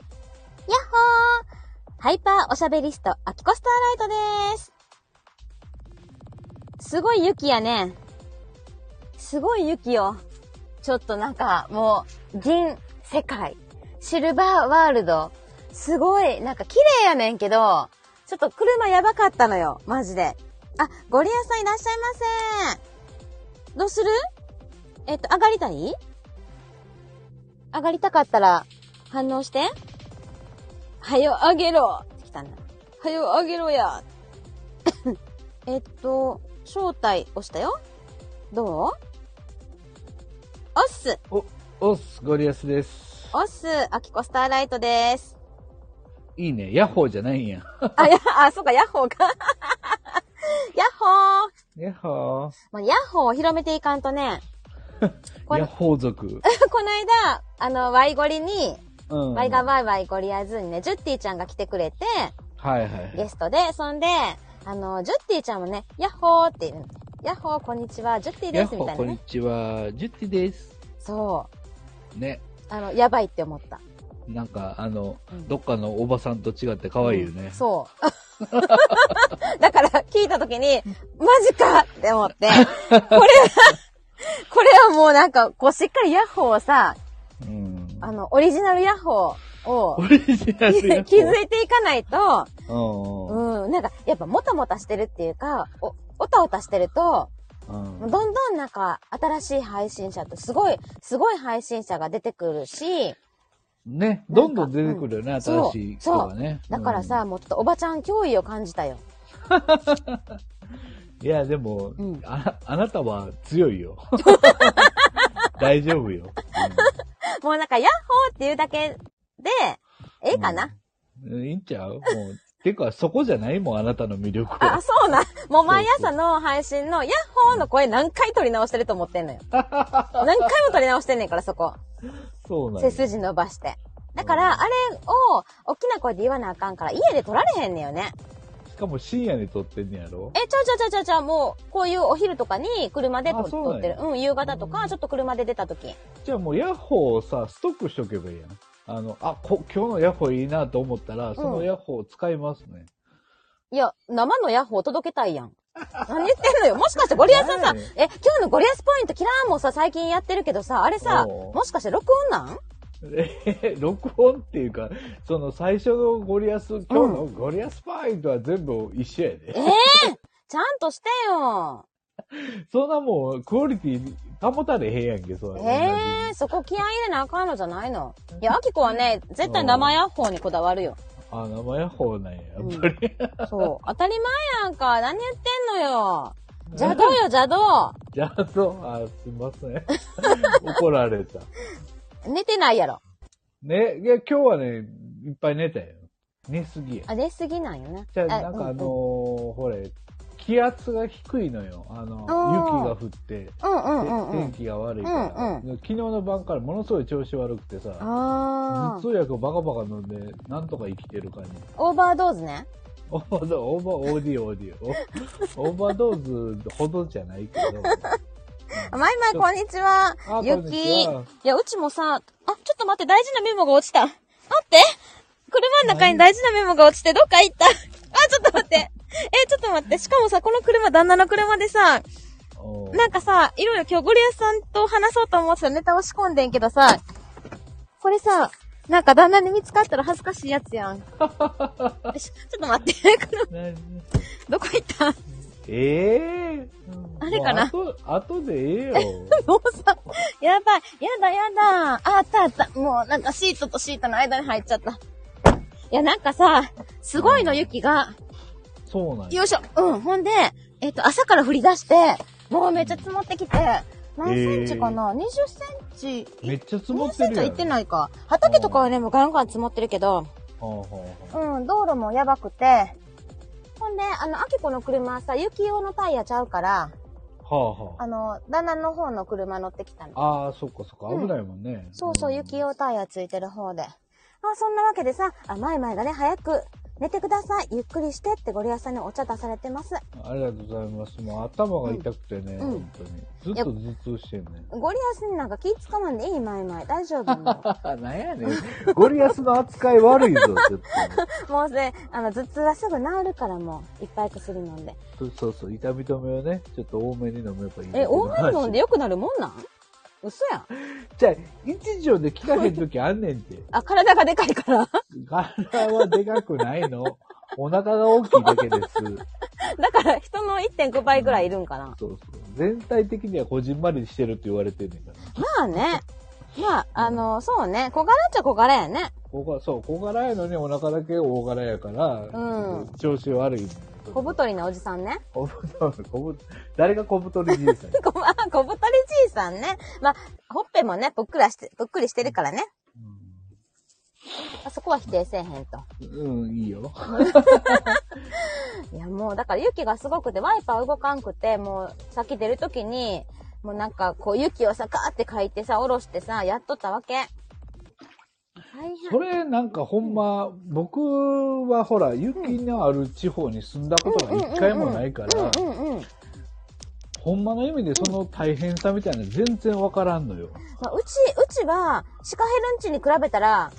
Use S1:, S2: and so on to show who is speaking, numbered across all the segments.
S1: やっほーハイパーおしゃべりスト、アキコスターライトです。すごい雪やね。すごい雪よ。ちょっとなんか、もう、銀世界、シルバーワールド。すごい、なんか綺麗やねんけど、ちょっと車やばかったのよ、マジで。あ、ゴリアスさんいらっしゃいませどうするえっと、上がりたい上がりたかったら、反応して。はよあげろって来たんだ。はよあげろや えっと、招待押したよどうおっす
S2: お、おっす、ゴリアスです。
S1: おっすあきこスターライト です。
S2: いいね。ヤッホーじゃないんや。
S1: あ、や、あ、そうか、ヤッホーか。 ヤッホー
S2: ヤッホー。
S1: もうヤッホーを広めていかんと ね、これ
S2: ヤッホ ー族。
S1: この間、あの、ワイゴリに、
S2: うん。
S1: ワイガ
S2: はい
S1: ワイワイゴリアズにね、ジュッティちゃんが来てくれて、
S2: はい。
S1: ゲストで、そんで、あの、ジュッティちゃんもね、ヤッホーって言うの。ヤッホー、こんにちは、ジュッティ
S2: ヤ
S1: で
S2: ッ
S1: す、
S2: ホ
S1: みた
S2: ー、
S1: い
S2: こ
S1: なん
S2: に
S1: ね。
S2: ちは。ジュッティです。
S1: そ
S2: ね。
S1: う。あの、やばいって思った。
S2: なんか、あの、
S1: うん
S2: どっかのおばさんと違って可愛いよね。
S1: そう。だから聞いたときに、マジかって思って、これは、これはもうなんか、こうしっかりヤッホーをさ、
S2: うん。
S1: あの、オリジナルヤッホーを
S2: オリジ ナ
S1: 気
S2: ルヤ
S1: づ
S2: ッホー。
S1: いていかないと、
S2: う
S1: うん、なんか、やっぱもたもたしてるっていうか、お、おたおたしてると、
S2: ん。
S1: ど
S2: うんん。
S1: どんなんか、新しい配信者とすごい、すごい配信者が出てくるし、
S2: ね。どんどん出てくるよね、
S1: んかうん
S2: 新しい人がね。
S1: だからさ、もうちょっとおばちゃん脅威を感じたよ。
S2: うん。いや、でも
S1: うん、
S2: ああなたは強 いよ。大丈夫よ。うん
S1: もうなんか、ヤッホーっていうだけで、ええかな、
S2: うんいいんちゃうもう。 てか、そこじゃないもん、あなたの魅力
S1: あ、
S2: は。
S1: そうなん。もう毎朝の配信の、ヤッホーの声何回取り直してると思ってんの よ。何回も取り直してんねんから、そこ。
S2: そうなん
S1: 背
S2: や
S1: 筋伸ばして。だから、あれを、大きな声で言わなあかんから、家で取られへんねんよね。
S2: しかも深夜に撮ってんねやろ
S1: え、ちょちょちょちょちょ、もう、こういうお昼とかに車でと
S2: あそう
S1: 撮
S2: な
S1: っ
S2: ん
S1: て
S2: や
S1: る。うん、夕方とか、ちょっと車で出た時。
S2: じゃあもうヤッホーをさ、ストックしとけばいいやん。あの、あ、こ今日のヤッホーいいなと思ったら、そのヤッホーを使いますね。
S1: いや、生のヤッホー届けたいやん。何言ってんのよ。もしかしてゴリアスさんさ
S2: 何やね、
S1: え、今日のゴリアスポイントキラーンもさ、最近やってるけどさ、あれさ、
S2: おう
S1: もしかして録音なん
S2: え録音っていうか、その最初のゴリアス、今日のゴリアスパイとは全部一緒やで。
S1: ええちゃんとしてよ。
S2: そんなもう、クオリティ保たれへんやんけ、それ。
S1: ええそこ気合い入れなあかんのじゃないのいや、アキコはね、絶対生ヤッホーにこだわるよ。
S2: あ、生ヤッホーなんや、やっぱり。
S1: そう。当たり前やんか。何言ってんのよ。邪道よ、邪道。
S2: じゃあ、そう、あ、すいません。 怒られた。
S1: 寝てないやろ。
S2: ね、いや、今日はね、いっぱい寝たよ。寝すぎや。
S1: あ、寝すぎなんよね。
S2: じゃあ、なんかあのー
S1: うん
S2: ほれ、気圧が低いのよ。あの、
S1: あー
S2: 雪が降って、
S1: うんう
S2: て
S1: んうんうん
S2: 天。気が悪いから、
S1: うんう
S2: 昨日の晩からものすごい調子悪くてさ、
S1: あ
S2: 頭
S1: ー。
S2: 痛薬をバカバカ飲んで、なんとか生きてる感じ。
S1: オーバードーズね。
S2: オーバードオーバー、オーディオーディ オ。オーバードーズほどじゃないけど。
S1: あまいまい、こんにちは
S2: あ。こんに
S1: 雪。
S2: ち
S1: い
S2: は
S1: や、うちもさ、あ、ちょっと待って、大事なメモが落ちた。待って車の中に大事なメモが落ちて、どっか行った。 あ、ちょっと待って。え、ちょっと待って。しかもさ、この車、旦那の車でさ、
S2: おー
S1: なんかさ、いろいろ今日ゴリアスさんと話そうと思ってたネタを仕込んでんけどさ、これさ、なんか旦那に見つかったら恥ずかしいやつ やん。よしちょっと待って、 この
S2: ね
S1: どこ行った
S2: ええ
S1: あれかな
S2: もうあと、あとでええ よ。
S1: もうさ、やばい、やだやだ、ああったあった、もうなんかシートとシートの間に入っちゃった。いや、なんかさ、すごいの、雪が。
S2: そうなんや。
S1: よいしょ。うん、ほんで、えっと、朝から降り出して、もうめっちゃ積もってきて、何センチかな、?20 センチ
S2: めっちゃ積
S1: も
S2: もっ
S1: う
S2: て
S1: セン
S2: る
S1: チ
S2: や
S1: は
S2: ん。
S1: 行ってないか。畑とかはね、もうガンガン積もってるけど、
S2: ほうほうほ
S1: うん、道路もやばくて。ほんで、あの、アキコの車はさ、雪用のタイヤちゃうから、
S2: うはあは
S1: あの、旦那の方の車乗ってきたの。
S2: あ。ああ、そっかそっ
S1: う
S2: か。
S1: ん
S2: 危ないもんね。
S1: そうそう、
S2: ん
S1: 雪用タイヤついてる方で。あ、そんなわけでさ、あ、前々がね、早く、寝てください。ゆっくりしてってゴリアスさんにお茶出されてます。
S2: ありがとうございます。もう頭が痛くてね、
S1: うん
S2: 本当に。ずっと頭痛してる ね。
S1: ゴリアスになんか気つかまんでいい、マイマイ。大丈夫もう。
S2: なんやねん。 ゴリアスの扱い悪いぞ、ちょっ
S1: もうね、あの、頭痛はすぐ治るからもう、いっぱい薬飲んで。
S2: と。そうそう、痛み止めをね、ちょっと多めに飲めばいい。
S1: え、多めに飲んで良くなるもんなん嘘やん。
S2: じゃあ、一錠で効かへん時あんねんって。
S1: あ、体がでかいから。
S2: 体はでかくないの。お腹が大きいだけです。
S1: だから人の1.5倍ぐらいいるんかな。
S2: そうそう。全体的にはこじんまりしてるって言われてんねんか
S1: ま
S2: ら。
S1: あね。まあ、あの、そうね。小柄っちゃ小柄やね。
S2: 小柄、そう、小柄やのにお腹だけ大柄やから、
S1: うん
S2: 調子悪いねん。
S1: 小太りのおじさんね。、
S2: 小太り、小太り、誰が小太りじいさん や
S1: 小あ小太りじいさんね。まあ、ほっぺもね、ぷっくらして、ぷっくりしてるからね。
S2: うん
S1: そこは否定せえへんと。
S2: うん、いいよ。
S1: いや、もう、だから、雪がすごくて、ワイパー動かんくて、もう、さっき出るときに、もうなんか、こう、雪をさ、ガーって書いてさ、下ろしてさ、やっとったわけ。大
S2: それなんかほんま、僕はほら、雪のある地方に住んだことが
S1: 変。
S2: 一回もないから
S1: う、んうんうん。
S2: ほんまの意味でその大変さみたいなの全然わからんのよ。
S1: まあ、うち、うちは、シカヘルンチに比べたら、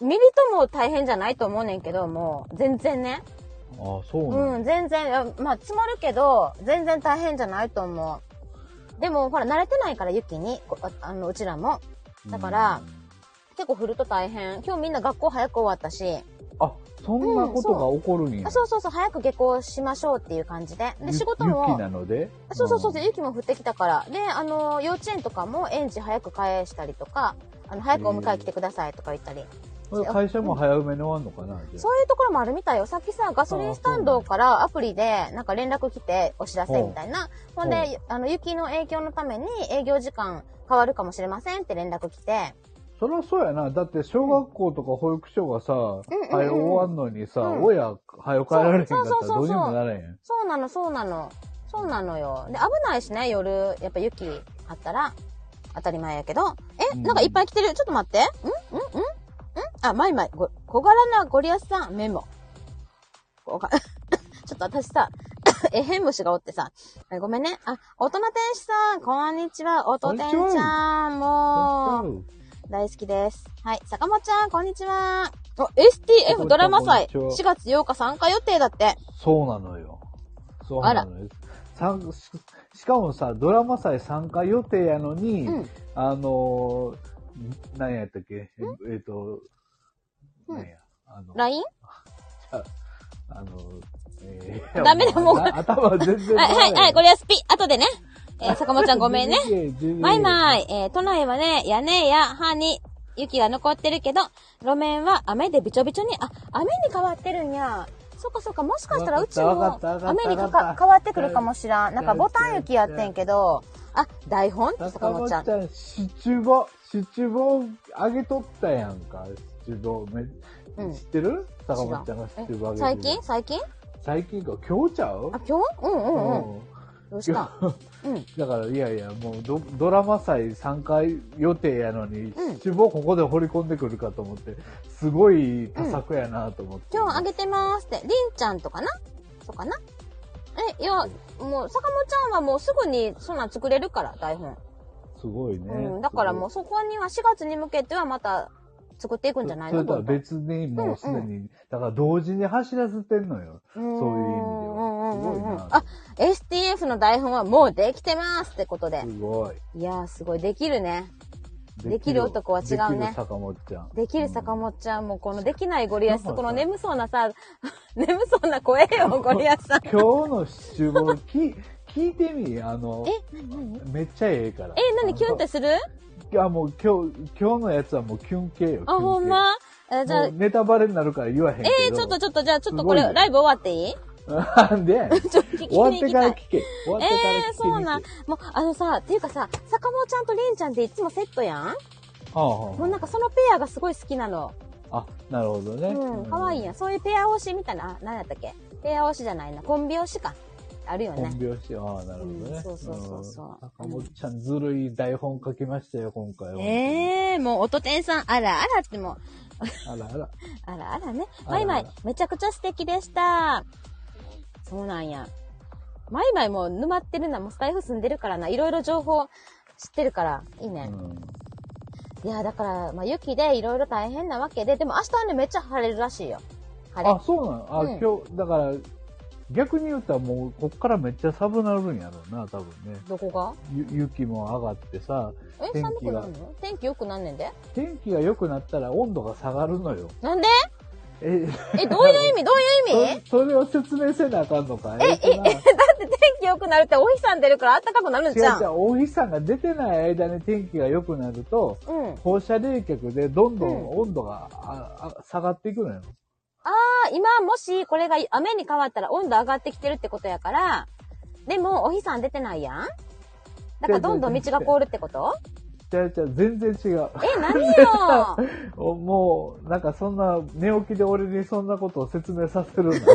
S1: ミリとも大変じゃないと思うねんけど、もう、全然ね。
S2: ああ、そうなん
S1: うん、全然、あまあ、積もるけど、全然大変じゃないと思う。でも、ほら、慣れてないから、雪に、こああの、うちらも。だから
S2: うん
S1: 結構降ると大変。今日みんな学校早く終わったし、
S2: あ、そんなことが起こるんや。
S1: あそうそうそう、早く下校しましょうっていう感じで。で、
S2: ゆ
S1: 仕事
S2: 雪
S1: も、
S2: なので
S1: あそうそうそう、
S2: ん
S1: 雪も降ってきたから。で、あの、幼稚園とかも園児早く返したりとか、あの、早くお迎え来てくださいとか言ったり。
S2: これ会社も早めに終わんのかなじゃあ
S1: そういうところもあるみたいよ。さっきさ、ガソリンスタンドからアプリで、なんか連絡来てお知らせみたいな。ほんで、あの、雪の影響のために営業時間変わるかもしれませんって連絡来て。
S2: そりゃそうやな。だって小学校とか保育所がさ、
S1: んうん
S2: 早終わんのにさ、
S1: うん
S2: 親、早帰られへんか
S1: そう
S2: ったら
S1: そうそうそ
S2: ど
S1: う
S2: うにもならへん。
S1: そうなの、そうなの。そうなのよ。で、危ないしね、夜、やっぱ雪あったら、当たり前やけど。え、
S2: うん
S1: なんかいっぱい来てる。ちょっと待って。んんんんんあ、まいまい。ご小柄なゴリアスさん、メモ。ごが ちょっと私さ、 えへん虫がおってさ。えごめんね。あ、大人天使さん、こんにちは。音天
S2: こんに
S1: ち
S2: ち
S1: ゃん、もう、
S2: うん
S1: 大好きです。はい、坂本ちゃん、こんにちは。お STF ドラマ祭、
S2: こんに
S1: 4
S2: ち
S1: 月8日参加予定だって。
S2: そうなのよ。そうなのよ。参ししかもさ、ドラマ祭参加予定やのに、
S1: うん
S2: あのー、何やったっけええっ、と、
S1: うん
S2: 何や、あの、
S1: LINE?
S2: あの、え
S1: ダメだもう
S2: な頭全然。
S1: はい、はい、はい、こ
S2: れ、
S1: れはスピ、後でね。えー坂本ちゃんごめんね。
S2: 12。
S1: マイ
S2: イ。
S1: マイ、えー都内はね、屋根や歯に雪が残ってるけど、路面は雨でびちょびちょに、あ、雨に変わってるんや。そっかそっか、もしかしたらうち
S2: わか
S1: も
S2: ったわかった
S1: 雨にか
S2: わかっ
S1: か
S2: た
S1: 変わってくるかもしらん。なんか
S2: はいは
S1: ボ
S2: い
S1: タン雪やってんけど、あ、台本坂
S2: 坂
S1: 本
S2: 本
S1: ち
S2: ち
S1: ゃ
S2: ゃ
S1: ん。
S2: ん、シチュボ、シチュボあげとったやんか、シチュボ。め
S1: うん
S2: 知ってる坂本ちゃんがシチュボあげて
S1: 最
S2: る
S1: 近最近
S2: 最近か、今日ちゃう
S1: あ、今日うんうんうん。
S2: ん。
S1: どうしたうん。
S2: だから、いやいや、もうド、ドラマ祭参加予定やのに、
S1: うん
S2: シチュボここで掘り込んでくるかと思って、すごい多作やなと思って。
S1: 今日あげてまーすって、りんちゃんとかなそうかなえ、いや、もう、坂本ちゃんはもうすぐにそんなん作れるから、台本。
S2: すごいね。
S1: うん、だからもう
S2: す
S1: そこには4月に向けてはまた作っていく
S2: ご
S1: ん
S2: い
S1: じゃない
S2: そ
S1: の
S2: れとは
S1: どんどん
S2: 別に、もうすでに、だから同時に走らせてんのよ。そういう意味では。す
S1: んうん
S2: ご
S1: う
S2: い
S1: んうん
S2: な。
S1: あ、STF の台本はもうできてますってことで。
S2: すごい。
S1: いやーすごい。できるね。できる男は違うね
S2: できる坂本ちゃん。
S1: できる坂本ちゃんもこのできないゴリアス、
S2: なんか
S1: こ
S2: さ
S1: の眠そうなさ、 眠そうな声よ、ゴリアスさん。
S2: 今日のシチューも聞聞いてみ、あの、
S1: え、なに
S2: めっちゃええから。
S1: え、なにキュンってする
S2: いや、もう今日、今日のやつはもうキュン系よ。
S1: あ、
S2: キュン系
S1: ほんまえ、じゃあ、
S2: もうネタバレになるから言わへんけど。
S1: えー、ちょっとちょっと、じゃあちょっとこれ
S2: すごいね
S1: ライブ終わっていい
S2: なんで
S1: ちょっ と聞きに
S2: 終わっ
S1: 行
S2: て
S1: き
S2: か
S1: たい
S2: ら聞。け。終わってから聞け。
S1: えー、そうなん。もう、あのさ、っていうかさ、坂本ちゃんとりんちゃんっていつもセットやん
S2: あ
S1: もうなんかそのペアがすごい好きなの。
S2: あ、なるほどね。
S1: うん、可愛いやん。そういうペア推しみたいな、あ何やったっけペア推しじゃないな。コンビ推しか。あるよ
S2: 本
S1: ね。
S2: 拍子。ああ、なるほど
S1: うん
S2: ね。
S1: そうそうそうそうん
S2: 坂本ちゃん、ずるい台本書きましたよ、今回は。
S1: ええもう、音天さん、あらあらってもう、
S2: あらあら。
S1: あらあらね。
S2: あらあら
S1: マイマイ、めちゃくちゃ素敵でした。そうなんや。マイマイもう沼ってるな。もうスタイフ住んでるからな。いろいろ情報知ってるから。いいうね。
S2: ん。
S1: いや、だから、まあ、雪でいろいろ大変なわけで、でも明日はね、めっちゃ晴れるらしいよ。晴れ
S2: あ、。そうなのあ、
S1: うん
S2: 今日、だから、逆に言うたらもう、こっからめっちゃ寒なるんやろうな、多分ね。
S1: どこが
S2: ゆ雪も上がってさ、
S1: え、
S2: 天気が
S1: 寒くなるの天気良くなんねんで
S2: 天気が良くなったら温度が下がるのよ。
S1: なんで
S2: え、
S1: え、どういう意味どういう意味
S2: そそれを説明せなあかんのか
S1: え、え、え、
S2: と
S1: だ
S2: な
S1: って天気良くなるってお日さん出るから暖かくなるん
S2: 違う
S1: じゃ
S2: 違
S1: ん。
S2: う、大日さんが出てない間に天気が良くなると、
S1: うん。あ
S2: 放射冷却でどんど
S1: うん
S2: ん温度が、ああ下がっていくのよ。
S1: ー今もしこれが雨に変わったら温度上がってきてるってことやから、でもお日さん出てないやんだからどんどん道が凍るってこと
S2: 違う違う、全然違う。
S1: え、何 よ
S2: おもう、なんかそんな、寝起きで俺にそんなことを説明させるな。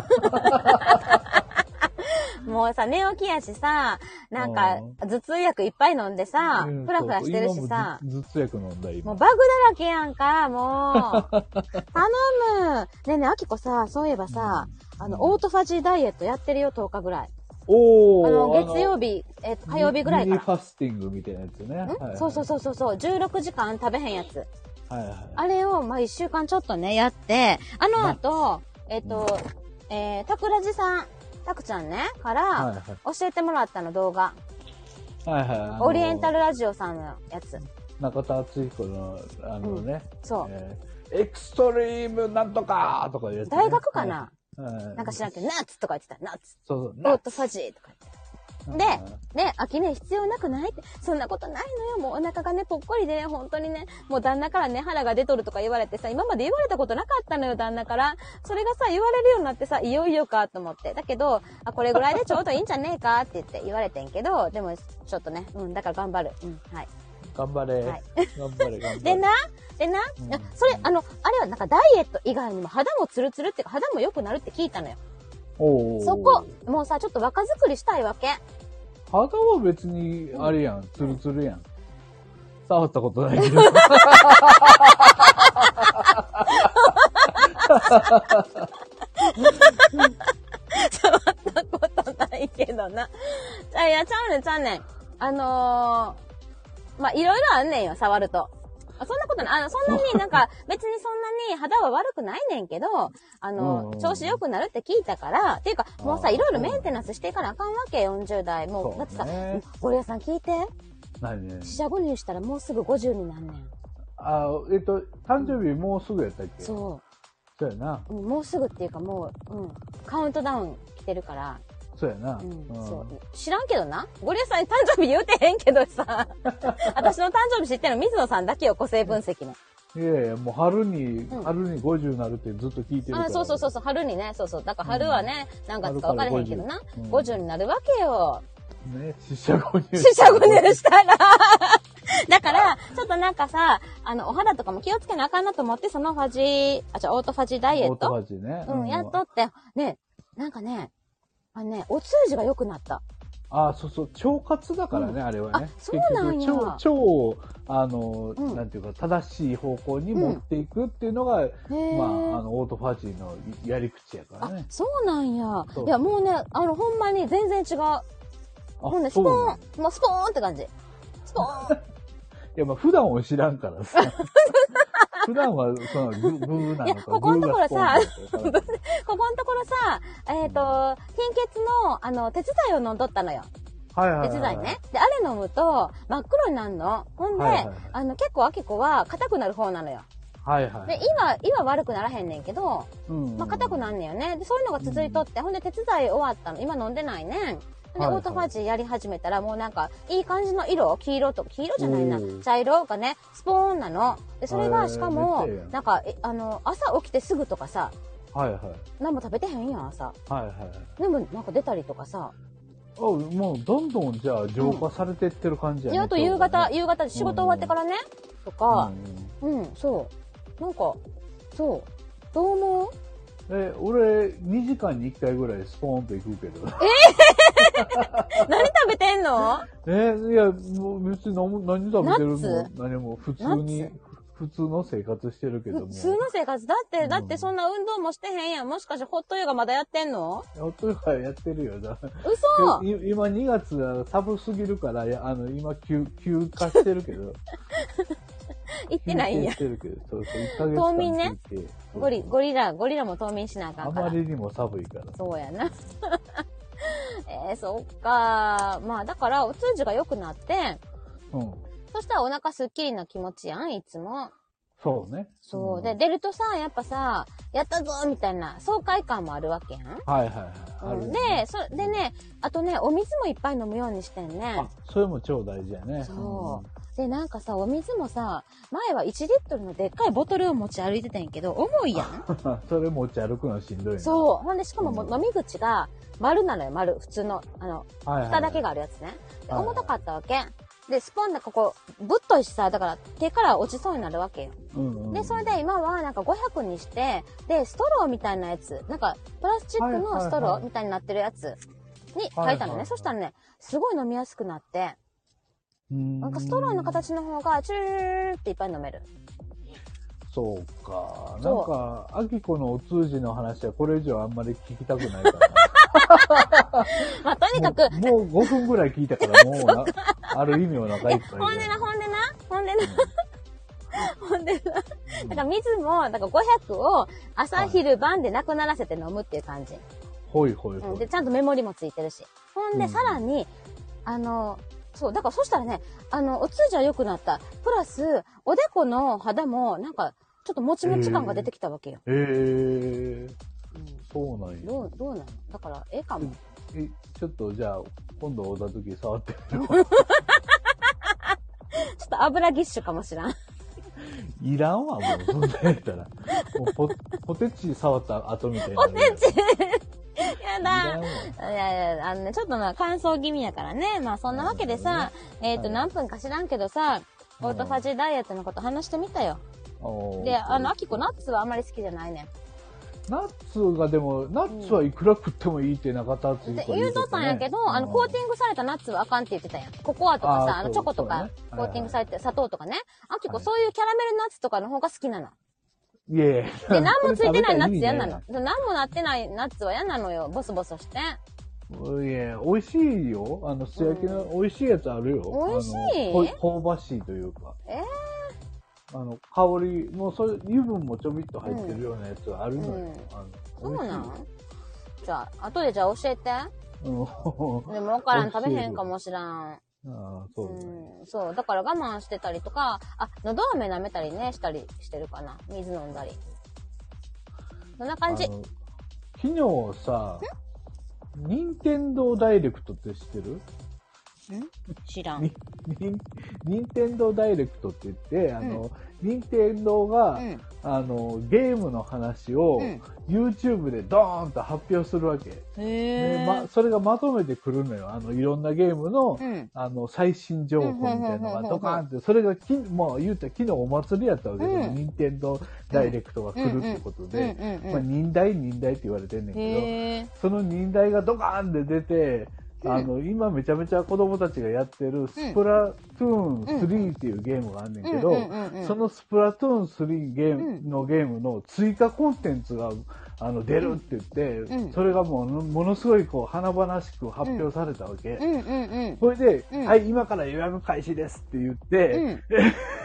S1: もうさ、寝起きやしさ、なんか
S2: うん
S1: 頭痛薬いっぱい飲んでさ
S2: うん、
S1: ふらふらしてるしさ
S2: そ、うそう今もず頭痛薬飲んだ、
S1: も
S2: 今
S1: う。バグだらけやんか、も う。頼む。ねえねえ、あきこさ、そういえばさ、
S2: うん
S1: あの、オートファジーダイエットやってるよ、10日ぐらい。
S2: おー
S1: あの、月曜日、えっと、火曜日ぐらい
S2: ミ
S1: から
S2: ニフ。ァスティングみたいなやつね。
S1: んそうそうそ
S2: そ
S1: うそうそう、16時間食べへんやつ。
S2: う。はいはい。
S1: あれを、まあ、1週間ちょっとね、やって、あの後、えっと、えー、たくらじさん、たくちゃんね、か
S2: はい
S1: ら、
S2: はい。
S1: 教えてもらったの動画。
S2: はいはいあの。
S1: オリエンタルラジオさんのやつ。
S2: 中田敦彦の、あのね、
S1: そう。
S2: えーエクストリームなんとかとかいうやつね、
S1: 大学かな
S2: はい
S1: なんか知らんけど、ナッツとか言ってた、ナッツ。
S2: そうそう。
S1: オートファジーとか言ってた。で
S2: はい、
S1: ね、秋ね、必要なくないって、そんなことないのよ。もうお腹がね、ぽっこりでね、本当にね、もう旦那からね、腹が出とるとか言われてさ、今まで言われたことなかったのよ、旦那から。それがさ、言われるようになってさ、いよいよかと思って。だけど、あ、これぐらいでちょうどいいんじゃねえかって言って言われてんけど、でも、ちょっとね、うん、だから頑張る。うん、はい。
S2: 頑張れ。
S1: はい
S2: 頑張れ、頑張れ。
S1: でな、でな、
S2: うん
S1: あそれ、あの、あれはなんかダイエット以外にも肌もツルツルっていうか、肌も良くなるって聞いたのよ。
S2: おー
S1: そこ、もうさ、ちょっと若作りしたいわけ。
S2: 肌は別に、あれやん、ツルツルやん。触ったことないけ ど。
S1: そんなことないけどな。あいや、ちゃうねん、ちゃうねん。あのー、まあ、いろいろあんねんよ、触ると。あそんなことない。あの、そんな になんか、別にそんなに肌は悪くないねんけど、あ
S2: うん
S1: の
S2: う、ん
S1: 調子良くなるって聞いたから、っていうか、もうさ、
S2: あー
S1: いろいろメンテナンスしていかなあかんわけ、40代。もう、だって
S2: そ
S1: さ
S2: うね、
S1: ゴリラさん聞いて、
S2: 何ね。
S1: 四捨五入したらもうすぐ50になんねん。
S2: あ、えっと、誕生日もうすぐやったっけう。
S1: そ
S2: そうやな。
S1: う。うんもうすぐっていうかもう、うん、カウントダウン来てるから、
S2: そうやな。
S1: うん
S2: うん
S1: そう知らんけどな。ゴリラさんに誕生日言うてへんけど さ。私の誕生日知ってるの水野さんだけよ、個性分析の。
S2: いやいや、もう春に、
S1: うん
S2: 春に50なるってずっと聞いてるから。
S1: あそうそうそうそう、春にね、そうそう。だから春はね、何月か分からへんけどな。
S2: 春から50
S1: 50になるわけよ。
S2: う。ね、死者五入。
S1: 死者5入したら。だから、ちょっとなんかさ、あの、お肌とかも気をつけなあかんなと思って、そのファジー、あ、じゃオートファジーダイエッ
S2: オート
S1: ト
S2: ファジね。
S1: うん、やっと。って。ね、なんかね、あのね、お通じが良くなった。
S2: あ、そうそう。腸活だからね、あれはね。
S1: あそうなんや
S2: 結局腸、腸を、あの、
S1: うん
S2: なんていうか、正しい方向に持っていくっていうのが、
S1: へえ。
S2: まあ、あの、オートファジーのやり口やから
S1: あ
S2: ね、。
S1: そうなんや
S2: そ。う
S1: いや、もうね、あの、ほんまに全然違う。
S2: あ
S1: ほんで、ス
S2: そ
S1: ポ
S2: うな
S1: ー
S2: んだ
S1: ン、もうスポーンって感じ。スポーン。
S2: いや、まあ、普段を知らんからさ。 普段は、その、ブーブーなのか。
S1: いやここのところさ
S2: ブーがスポーンなのか
S1: ここのところさ、えっ、と、貧血の、あの、手伝いを飲んどったのよ。
S2: はいはい
S1: 手
S2: はい
S1: 伝いね。で、あれ飲むと、真っ黒になるの。ほんで、
S2: はいはいはい
S1: あの、結構、あきこは、硬くなる方なのよ。
S2: はいはい。
S1: で、今、今悪くならへんねんけど、
S2: うん
S1: まあ、硬くなんねんよね。で、そういうのが続いとって、ほんで、手伝い終わったの。今飲んでないねん。で、
S2: はいはい
S1: オートファジーやり始めたら、もうなんか、いい感じの色、黄色と、黄色じゃないな
S2: おー、
S1: 茶色がね、スポーンなの。で、それ
S2: へ
S1: が、
S2: ー
S1: しかも
S2: めっちゃええやん、
S1: なんか、えあの、朝起きてすぐとかさ、
S2: はいはい。
S1: 何も食べてへんやん、朝。
S2: はいはい。
S1: でも、なんか出たりとかさ。
S2: あ、もうどんどんじゃあ浄化されてってる感じや
S1: で、
S2: ね。
S1: あと夕方、
S2: 今
S1: 夕方、仕事終わってからね、と
S2: 日
S1: か
S2: は、ね、
S1: うん、そう。なんか、そう。どう思う
S2: うんえ、俺、2時間に1回ぐらいスポーンと行くけど。
S1: 何食べてんの
S2: えいや、もう別に何も何食べてる
S1: ナッ
S2: の
S1: ツ
S2: 何も普通
S1: ナ
S2: に
S1: ッ、
S2: 普通の生活してるけども。
S1: 普通の生活だって、
S2: うん
S1: だってそんな運動もしてへんやん。もしかしてホットヨガまだやってんの
S2: 夫がやってるよな。
S1: 嘘
S2: い今2月は寒すぎるから、いやあの、今休、休暇してる けど。
S1: 行ってないんや
S2: 休。憩してるけど、そうそう、1ヶ月
S1: 冬眠ね
S2: 休憩。
S1: ゴリ、ゴリラ、ゴリラも冬眠しなあか
S2: あ
S1: んから
S2: ま。りにも寒いから。
S1: そうやな。 えー、そっかまあだから、お通じが良くなって、
S2: うん。
S1: そしたらお腹すっきりな気持ちやん、いつも。
S2: そうね。
S1: そう。
S2: ん
S1: で、出るとさ、やっぱさ、やったぞみたいな、爽快感もあるわけやん。
S2: はいはいはい。あ
S1: う
S2: る
S1: んで
S2: よね、
S1: そ、でね、あとね、お水もいっぱい飲むようにしてんね
S2: あ。、それも超大事やね。
S1: そう。で、なんかさ、お水もさ、前は1リットルのでっかいボトルを持ち歩いてたんやけど、重いやん。
S2: うん。 それ持ち歩くのしんどいね。
S1: そう。ほんで、しかもも
S2: うん
S1: う飲み口が丸なのよ、丸。普通の、あの、
S2: う。はいはい。
S1: 蓋だけがあるやつね。で
S2: はいは
S1: 重
S2: い
S1: たかったわけ。で、スポンでここ、ぶっといしさ、だから手から落ちそうになるわけよ。
S2: うんうん。
S1: で、それで今はなんか500にして、で、ストローみたいなやつ、なんかプラスチック
S2: はいはいは
S1: の
S2: い
S1: ストローみたいになってるやつに変えたの
S2: はいはいは
S1: ね。
S2: い
S1: そしたらね、すごい飲みやすくなって、
S2: うん、
S1: な
S2: なん
S1: かストローの。形の方がチュルルルルっていっぱい飲める。
S2: そうか。な
S1: そ
S2: ん
S1: う
S2: か、アキコのお通じの話はこれ以上あんまり聞きたくないから
S1: まあ、とにかく、
S2: なもう。もう5分ぐらい聞い たから、もうな、ある意味お腹いっぱいで。
S1: ほんでな、ほんでな、ほんでな、ほんでな。
S2: うん
S1: だから水も、だから500を朝昼晩でなくならせて飲むっていう感じ。
S2: ほいほいほ
S1: う
S2: い。
S1: ん、で、ちゃんとメモリもついてるし。ほん
S2: う
S1: で、
S2: ん
S1: さらに、あの、そう、だからそしたらね、あの、お通じは良くなった。プラス、おでこの肌も、なんか、ちょっともちもち感が出てきたわけよ。
S2: えー、そうなんや。
S1: どう、どうなのだから、ええかも。
S2: え、ちょっとじゃあ、今度おった時触って みよ
S1: ちょっと油ぎっしゅかもしらん。
S2: う。いらんわ、もう、そんなんやったら。もうポ、ポテチ触った後みたいな。
S1: ポテチや
S2: い
S1: だ
S2: らんわ
S1: いやいや、あのね、ちょっとまあ乾燥気味やからね。まあそんなわけで
S2: なる
S1: さ、えっ、と、
S2: はい
S1: 何分か知らんけどさ、オートファジーダイエットのこと話してみたよ。
S2: おー
S1: で、あの、アキコナッツはあんまり好きじゃないねん。
S2: ナッツがでも、ナッツはいくら食ってもいいって中田敦
S1: で
S2: 彦
S1: 言うとったんやけど、あの、コーティングされたナッツはあかんって言ってたやん。ココアとか
S2: あー
S1: さ、あの、
S2: そう
S1: チョコと
S2: そう
S1: か
S2: ね、はい
S1: コ
S2: はい
S1: ーティングされて、砂糖とかね。あきこ、
S2: はい
S1: そういうキャラメルナッツとかの方が好きな の。
S2: ィング。いえいえ。
S1: で、何もついてないナッツ嫌
S2: や
S1: なの。で何もなってないナッツは嫌なのよ。ボソボソして。
S2: いえ、美味しいよ。あの、素焼きの美味しいやつあるよ。
S1: 美味しい
S2: あのほ香ばしいというか。
S1: え
S2: あの、香り、もうそういう油分もちょびっと入ってるようなやつはあるのよ。
S1: うん
S2: あの
S1: そうな
S2: 美味し
S1: んじゃあ、後でじゃあ教えて。
S2: いうん
S1: でも、わからん食べへんかもしらん。
S2: ああ、
S1: う
S2: そうだね。
S1: ん、そう。だから我慢してたりとか、あ、喉飴舐めたりね、したりしてるかな。水飲んだり。そんな感じ
S2: あ。の昨日さ、任天堂ダイレクトって知ってる
S1: 知らん。
S2: にに任天堂ダイレクトって言って、あの、任天堂が、
S1: うん。
S2: あの、ゲームの話を、
S1: うん
S2: YouTube でドーンと発表するわけ。
S1: へ
S2: で
S1: ー
S2: ま、それがまとめてくるのよ。あの、いろんなゲームの、
S1: うん。
S2: あの、最新情報みたいなの
S1: うんうんうんうんう
S2: が
S1: ん
S2: ドカーンって、それがき、まあ言うたら昨日お祭りやったわけで、
S1: うん
S2: 任天堂ダイレクトが来るってこと
S1: うん
S2: で、
S1: うん
S2: まあ、
S1: うん。
S2: 忍耐忍耐って言われてんねんけど、
S1: へえ。
S2: その忍耐がドカーンって出て、
S1: うん
S2: あの、今めちゃめちゃ子供たちがやってるスプラトゥーン3っていうゲームがあんねんけど、
S1: うんうんうんうん
S2: そのスプラトゥーン3ゲーム、
S1: うん
S2: のゲームの追加コンテンツがあの出るって言って、
S1: うん
S2: それがもうのものすごいこう華々しく発表されたわけ。
S1: うんうんうん。
S2: それで、
S1: うん
S2: はい、今から予約開始ですって言って、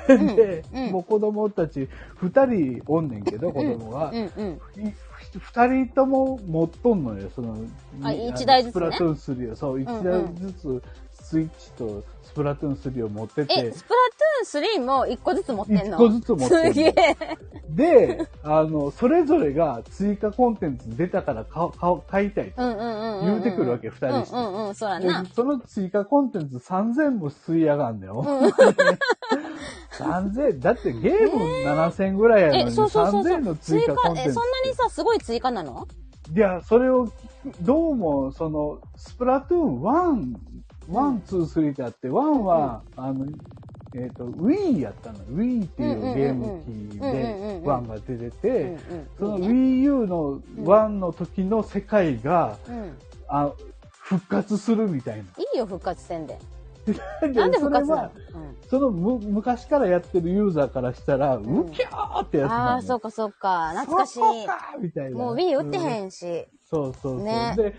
S1: うん。ん
S2: で、
S1: うん
S2: もう子供たち2人おんねんけど、子供が。
S1: うんうん。
S2: い二人とも持っとんのよ、その、
S1: あ
S2: に
S1: 一台ずつね
S2: スプラトゥーン3を、そう、一
S1: んうん
S2: 台ずつ、スイッチとスプラトゥーン3を持って
S1: え、
S2: て、
S1: スプラトゥーン3も1個ずつ持ってんの
S2: 一個ずつ持ってんの
S1: すげえ。
S2: で、あの、それぞれが追加コンテンツ出たから買買買いたいと。
S1: うんうんうんうん。
S2: 言うてくるわけ二人して
S1: うんうんうん、そうやな
S2: で。その追加コンテンツ3000も吸い上がんだよ。3000、だってゲーム7000ぐらいやのに、
S1: え、そうそうそうそ
S2: 3000の
S1: う。
S2: 追加コンテンツ
S1: え、
S2: って。
S1: そんなにさ、すごい追加なの
S2: いや、それを聞く、どうも、その、スプラトゥーン1、1、2、3ってあって、1は、あの、えっ、と、Wii やったの。Wii っていう
S1: うんうんうんうん
S2: ゲーム
S1: うん
S2: 機
S1: うんうん
S2: で
S1: うん
S2: 1が出て
S1: う
S2: て、
S1: ん
S2: その
S1: いいね
S2: Wii U の1の時の世界が、
S1: うん。
S2: あ復活するみたいな。
S1: いいよ、復活せんで。
S2: だけど
S1: なんで復活
S2: それ
S1: な
S2: は
S1: の、うん
S2: そのむ昔からやってるユーザーからしたら、ウキャーってやつなの
S1: ああ、そっかそっか。懐かしい。
S2: そこかみたいな。
S1: もう Wii 売ってへ
S2: うん。
S1: んし。
S2: そうそうそう。
S1: ね
S2: で、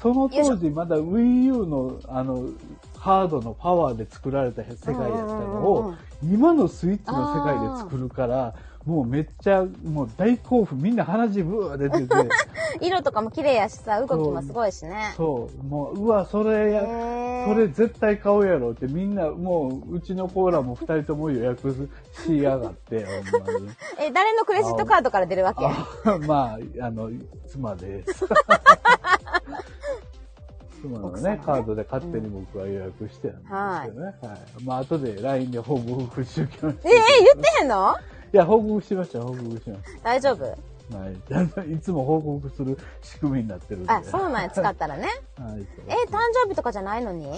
S2: そ
S1: よ
S2: の
S1: いし
S2: 当時まだ Wii U のあの、ハードのパワーで作られた世界やったの
S1: うんうんうんう
S2: を
S1: ん、
S2: 今のスイッチの世界で作るから、もうめっちゃ、もう大興奮、みんな鼻血ブー出て て、
S1: 色とかも綺麗やしさ、動きもすごいしね。
S2: そう、もう、うわ、それや、
S1: へー
S2: それ絶対買うやろってみんな、もう、うちのコーラも二人とも予約しやがって、ほんまに。
S1: え、誰のクレジットカードから出るわけ
S2: あ まあ、あの、妻 です。妻の
S1: 奥様
S2: ね
S1: ね、
S2: カードで勝手に僕は予約してるんですよね。はい。まあ、後で LINE で報告しておきました
S1: えー
S2: けど。い
S1: 言ってへんの
S2: や、報告しました、報告しまし
S1: 大丈夫
S2: た。はい。い つも報告する仕組みになってるんで。
S1: あ、そうなんや、使ったらね。
S2: はい。
S1: え、誕生日とかじゃないのに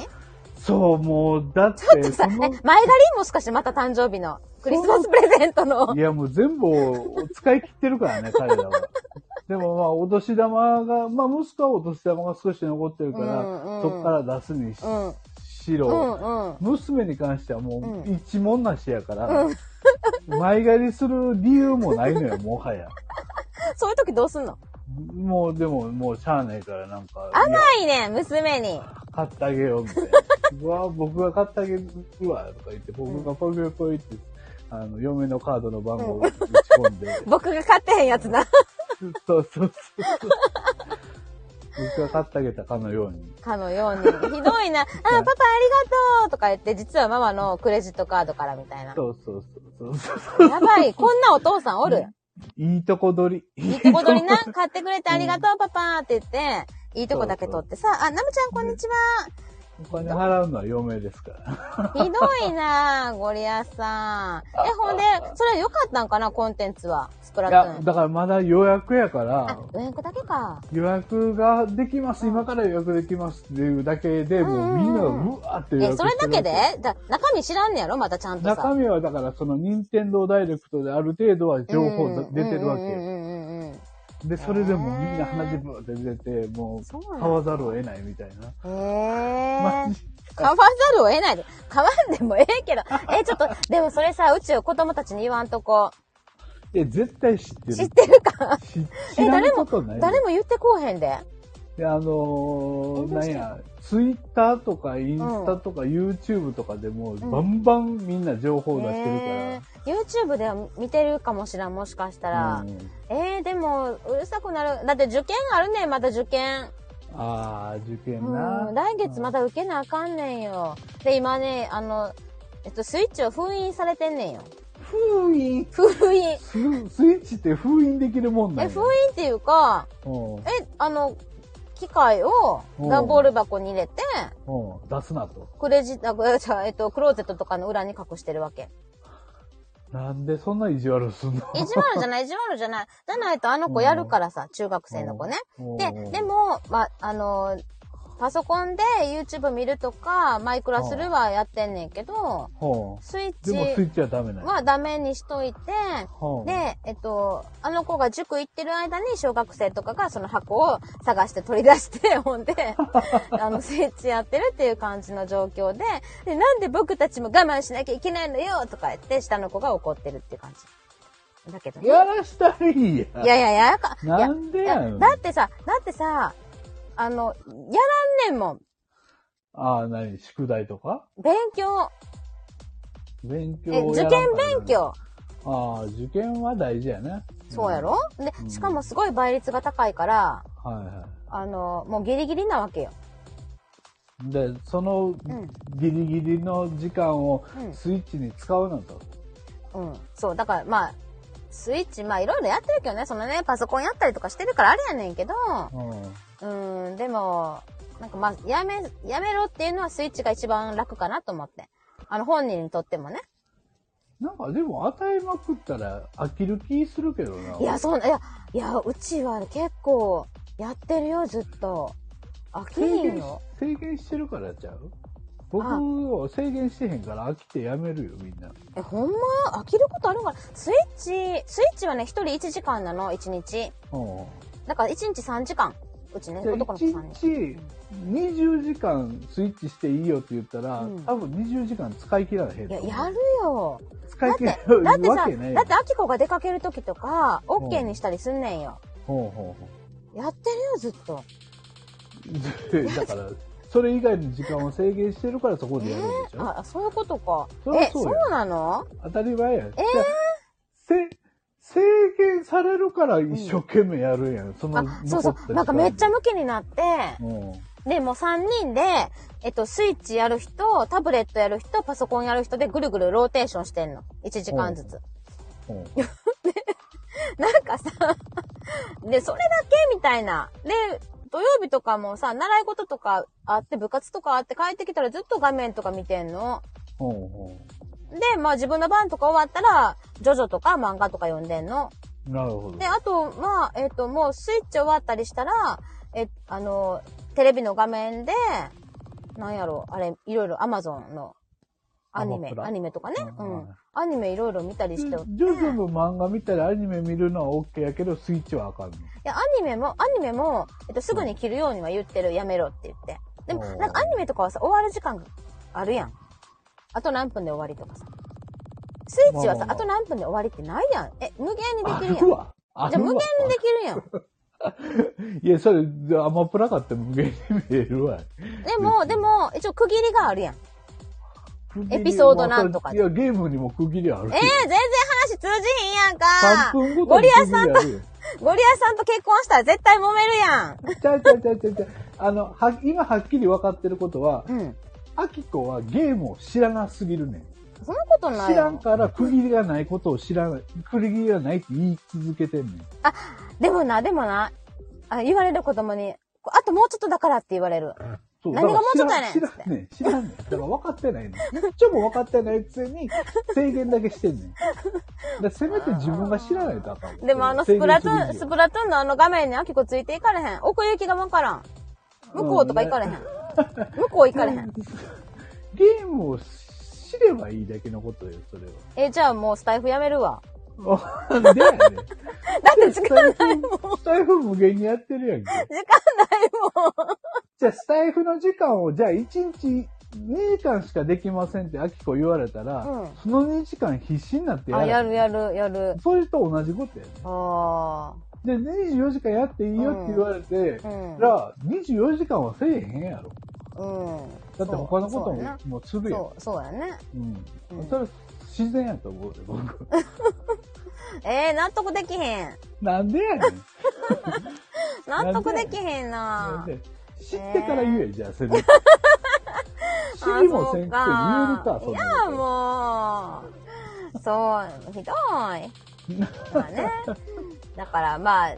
S2: そう、もう、だっ、
S1: ちょってとさ、
S2: そ
S1: え、
S2: の
S1: 前、借りもしかしてまた誕生日の。クリスマスプレゼントの
S2: い。や、もう全部を使い切ってるか らね、彼らは。でもまあ、お年玉が、まあ、息子はお年玉が少し残ってるから、
S1: うんうん
S2: そっから出すにし,、
S1: うん。う
S2: ろ、
S1: んうん。
S2: 娘に関してはも
S1: う
S2: う一文なしやから、前借りする理由もないのよ、 もはや。
S1: そういう時どうすんの
S2: もう、でも、もうしゃあないから、なんか、いや
S1: 甘いね、娘に。
S2: 買ってあげよう、みたいな。うわ、僕が買ってあげるわ、とか言って、僕がポイポイポイって、あの、嫁のカードの番号を打ち込んで、
S1: 僕が買ってへんやつな。
S2: そうそうそう。僕が買ってあげたかのように。
S1: かのように。ひど いな。あ、パパありがとうとか言って、実はママのクレジットカードからみたいな。
S2: そうそうそうそうそう。
S1: やばい。こんなお父さんおる。
S2: いいとこ取り。
S1: いいとこ取り な。買ってくれてありがとう、パパって言って、いいとこだけ取ってさ、あ、ナムちゃんこんにちは。
S2: お金払うのは嫁ですから。
S1: ひどいなゴリア スさん。え、ほんで、それ良かったんかな、コンテンツは。スプラ
S2: い
S1: トゥ
S2: や
S1: ー、ン。
S2: だからまだ予約やか
S1: あ
S2: ら、、
S1: 予約だけか。
S2: 予約ができます、今から予約できますっていうだけで、もうみんながうわーって予
S1: え、
S2: 約して
S1: そ
S2: る
S1: れだけでだ中身知らんねやろまたちゃんとさ。
S2: 中身はだからその任天堂ダイレクトである程度は情報
S1: う
S2: が
S1: ん
S2: 出てるわ
S1: うんうん
S2: け。
S1: うんうんうん
S2: で、それでもみんな鼻血ぶって出て、も
S1: そうな
S2: う
S1: んだ
S2: 買わざるを得ないみたいな。
S1: へ
S2: マ
S1: え
S2: ジ。
S1: 買わざるを得ないで。買わんでもええけど。 え、ちょっと、でもそれさ、うちを子供たちに言わんとこ。
S2: え、絶対知ってる。
S1: 知ってるか
S2: し
S1: え、
S2: 知らん
S1: 誰も
S2: ことない、よ。
S1: 誰も言ってこうへんで。
S2: で、あの
S1: 遠慮し
S2: ー、
S1: て
S2: なんや、ツイッターとかインスタとか YouTube とかでも、バンバンみんな情報出してる
S1: へー YouTube では見てるかもしらん、もしかした
S2: から。
S1: ら
S2: う。ん
S1: えー、でも、うるさくなる。だって受験あるねん、また受験。
S2: ああ、受験な。
S1: うん、来月まだ受けなあかんねんよ。で、今ね、あの、えっと、スイッチを封印されてんねんよ。
S2: 封印
S1: 封印。
S2: ススイッチって封印できるもんなん
S1: え、
S2: や
S1: 封印っていうか、
S2: うん
S1: え、あの、機械を
S2: うん
S1: 段ボール箱に入れて、
S2: うん出すなと。
S1: クレジット、あじゃあえっと、クローゼットとかの裏に隠してるわ け。
S2: なんでそんな意地悪すんの
S1: 意地悪じゃない、意地悪じゃない。じゃないとあの子やるからさ、中学生の子ね。で、でも、ま、あの、パソコンで YouTube 見るとか、マイクラするはやってんねんけど、
S2: も、
S1: スイッ
S2: うんでもスイ
S1: チ
S2: ッチはダメなんや
S1: はダメにしといて、
S2: うん
S1: で、えっと、あの子が塾行ってる間に小学生とかがその箱を探して取り出して、 ほん で、あの、スイッチやってるっていう感じの状況で、で、なんで僕たちも我慢しなきゃいけないのよとか言って、下の子が怒ってるっていう感じ。だけどね。
S2: やらしたらいいや。
S1: いやいや、やらか、いや
S2: なんでや
S1: いや
S2: ん。
S1: だってさ、だってさ、あの、やらんねんもん。
S2: ああ、何宿題とか
S1: 勉強。
S2: 勉強
S1: え、
S2: を
S1: 受
S2: やら
S1: 験
S2: んからな
S1: 勉強。
S2: ああ、受験は大事やね。
S1: そうやろで、しかもすごい倍率が高いから、
S2: はいは
S1: あの、もうギリギリなわけよ。
S2: い。で、その
S1: ん
S2: ギリギリの時間を
S1: うん
S2: スイッチに使うのと。
S1: うん。そう、だからまあ、スイッチ、まあいろいろやってるけどね、そのね、パソコンやったりとかしてるからあれやねんけど、
S2: う
S1: うん、でも、なんかまあ、やめ、やめろっていうのはスイッチが一番楽かなと思って。あの、本人にとってもね。
S2: ん。なんかでも与えまくったら飽きる気するけどな。
S1: いや、そうな、いや、いや、うちは結構、やってるよ、ずっと。飽き
S2: 制
S1: ひん
S2: 限し
S1: よ。
S2: 制限してるからちゃう僕
S1: あ
S2: を制限してへんから飽きてやめるよ、みんな。
S1: え、ほんま飽きることあるんかなスイッチ、スイッチはね、一人1時間なの、1日。
S2: うん。
S1: だから1日3時間。うちね、
S2: じゃあ
S1: 男の子3
S2: 1
S1: 人。
S2: 日20時間スイッチしていいよって言ったら、
S1: うん
S2: 多分20時間使い切られへん
S1: い
S2: と
S1: や、
S2: 思う。
S1: やるよ。
S2: 使
S1: だ
S2: い
S1: って、
S2: 切ら
S1: だっ
S2: れる
S1: て
S2: わ
S1: さ、
S2: けない
S1: だって、アキコが出かける時とか、オッケーにしたりすんねんよ。
S2: ほうほうほう。
S1: やってるよ、ずっと。
S2: だから、それ以外の時間を制限してるからそこでやるんでしょ、
S1: あ、あそういうことか
S2: そ。りゃ
S1: え、
S2: そう
S1: そ
S2: よ
S1: うなの
S2: 当たり前やん。
S1: えー
S2: じゃあせ制限されるから一生懸命やるやん。その
S1: あ、そうそう。なんかめっち
S2: ゃ。
S1: ゃムキになって、
S2: うん。
S1: で、もう3人で、えっと、スイッチやる人、タブレットやる人、パソコンやる人でぐるぐるローテーションしてんの。1時間ずつ。
S2: うん
S1: なんかさ、 で、それだけみたいな。で、土曜日とかもさ、習い事とかあって、部活とかあって帰ってきたらずっと画面とか見てんの。
S2: うんう
S1: で、まあ自分の番とか終わったら、ジョジョとか漫画とか読んでんの。
S2: んなるほど
S1: で、。あと、まあ、えっ、と、もうスイッチ終わったりしたら、え、あの、テレビの画面で、なんやろ、あれ、いろいろ Amazon のアニ
S2: アマ
S1: メ
S2: プ、ラ
S1: アニメとかね。う
S2: うんん。
S1: アニメいろいろ見たり
S2: ジ
S1: してお
S2: ョ
S1: って。
S2: ジョの漫画見たりアニメ見るのは OK やけど、スイッチはあかんの。
S1: いや、アニメも、アニメも、えっと、すぐに切るようには言ってる、やめろって言って。でも、
S2: おー
S1: なんかアニメとかはさ、終わる時間があるやん。あと何分で終わりとかさ。スイッチはさ、
S2: まあまあまあ
S1: あと何分で終わりってないやん。え、無限に
S2: あ
S1: できるやん。じ
S2: るわ。
S1: ゃ
S2: あ
S1: あ無
S2: る
S1: 限
S2: わ。
S1: にできるやん。
S2: いや、それ、アマプラかって無限に見えるわ。
S1: でも、でも、一応区切りがあるやん。エピソードなんとか
S2: い
S1: で
S2: や、ゲームにも区切りある
S1: えー、
S2: よ。
S1: 全然話通じひんやん
S2: 3
S1: か。
S2: 分ごとに区切りあるよ。
S1: ゴリアさんと結婚したら絶対揉めるやん。
S2: ちゃうちゃうちゃうちゃうちゃう。あの、は、今はっきり分かってることは、
S1: うん。
S2: アキコはゲームを知らなすぎるねん。
S1: そんなことない
S2: 知らん
S1: よ。
S2: から区切りがないことを知らない、区切りがないって言い続けてんねん。
S1: でもな、でもな、あ言われる子供に、あともうちょっとだからって言われる。
S2: そう
S1: 何がもうちょっとやね
S2: だ
S1: ん
S2: から知らん知らんねん。知らんねん。だから分かってないねん。一応も分かってないくせに制限だけしてんねん。だからせめて自分が知らないとあかんわ。
S1: でもあのスプラトゥーン、
S2: 制限す
S1: ス
S2: る
S1: プラトゥーンのあの画面にアキコついていかれへん。奥行きがわからん。向こうとか行かれへん。向こう行かれへん。
S2: ゲームを知ればいいだけのことよ、それ
S1: え、じゃあもうスタイフやめる わ。
S2: は。 なんでやねん。だ
S1: って時間
S2: ないもん。スタイフ無限にやってるやん
S1: 時
S2: け。
S1: 間ないもん。
S2: じゃあ、スタイフの時間を、じゃあ、1日2時間しかできませんって、アキコ言われたら、
S1: うん
S2: その2時間必死になってや
S1: あ、
S2: る。
S1: やるやるやる。
S2: それと同じことやね。
S1: あ
S2: で、24時間やっていいよって言われて、
S1: あ。うん。
S2: じゃあ、24時間はせえへんやろ。
S1: うん。
S2: だって他のこと
S1: そうそうやな
S2: ももうするやん。
S1: そう、そうやね。
S2: うん
S1: うん。
S2: それ、自然やと思うよ、 僕。
S1: えー、納得できへん。
S2: なんでやねん。
S1: 納得できへんな
S2: なんで知ってから言え、じゃあ、せ めて。知
S1: あ
S2: りもせんくて言えるか、
S1: そ
S2: そ
S1: うんい
S2: な
S1: や
S2: こと
S1: もうそう ひどいまあねだからまあ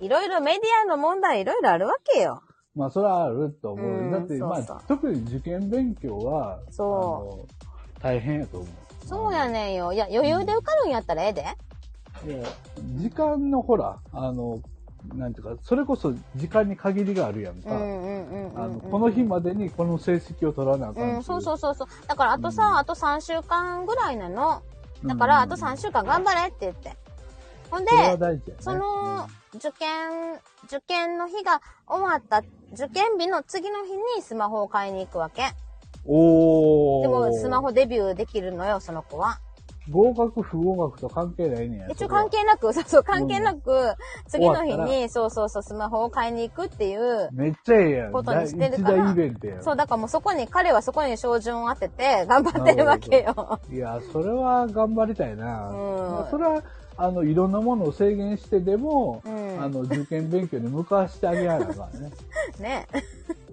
S1: いろいろメディアの問題いろいろあるわけよ
S2: まあ、それはあると思う。
S1: うん
S2: だって、
S1: そうそ
S2: ま
S1: う
S2: あ、特に受験勉強は、
S1: そ
S2: あの大変やと思う。
S1: そうやねんよいや余裕で受かるんやったらええで
S2: もう時間のほら、あの、なんていうか、それこそ時間に限りがあるやん
S1: う
S2: か。
S1: んうんうんうんうん
S2: あのこの日までにこの成績を取らなあかんってい。
S1: うん、そうそううそうそう。だから、あとさ、
S2: うん
S1: あと3週間ぐらいなの。だか
S2: う
S1: ら、
S2: ん
S1: あと3週間頑張れって言って。ほんで
S2: そ、れは大事やね。
S1: その、受験、受験の日が終わった、受験日の次の日にスマホを買いに行くわけ。
S2: うん、おー。
S1: でも、スマホデビューできるのよ、その子は。
S2: 合格、不合格と関係ないねんや。
S1: 一応
S2: そこは
S1: 関係なく、そうそう、関係なく、次の日
S2: 終わった
S1: に、そうそうそう、スマホを買いに行くっていう。
S2: めっちゃええやん。
S1: ことにしてる
S2: 一
S1: から
S2: 大イベントやん。
S1: そう、だからもうそこに、彼はそこに照準を当てて、頑張ってるわけよ。
S2: いや、それは頑張りたいな。
S1: うん
S2: まあそれは、あの、いろんなものを制限してでも、
S1: うん
S2: あの、受験勉強に向かわしてあげやなあか んね。
S1: ね。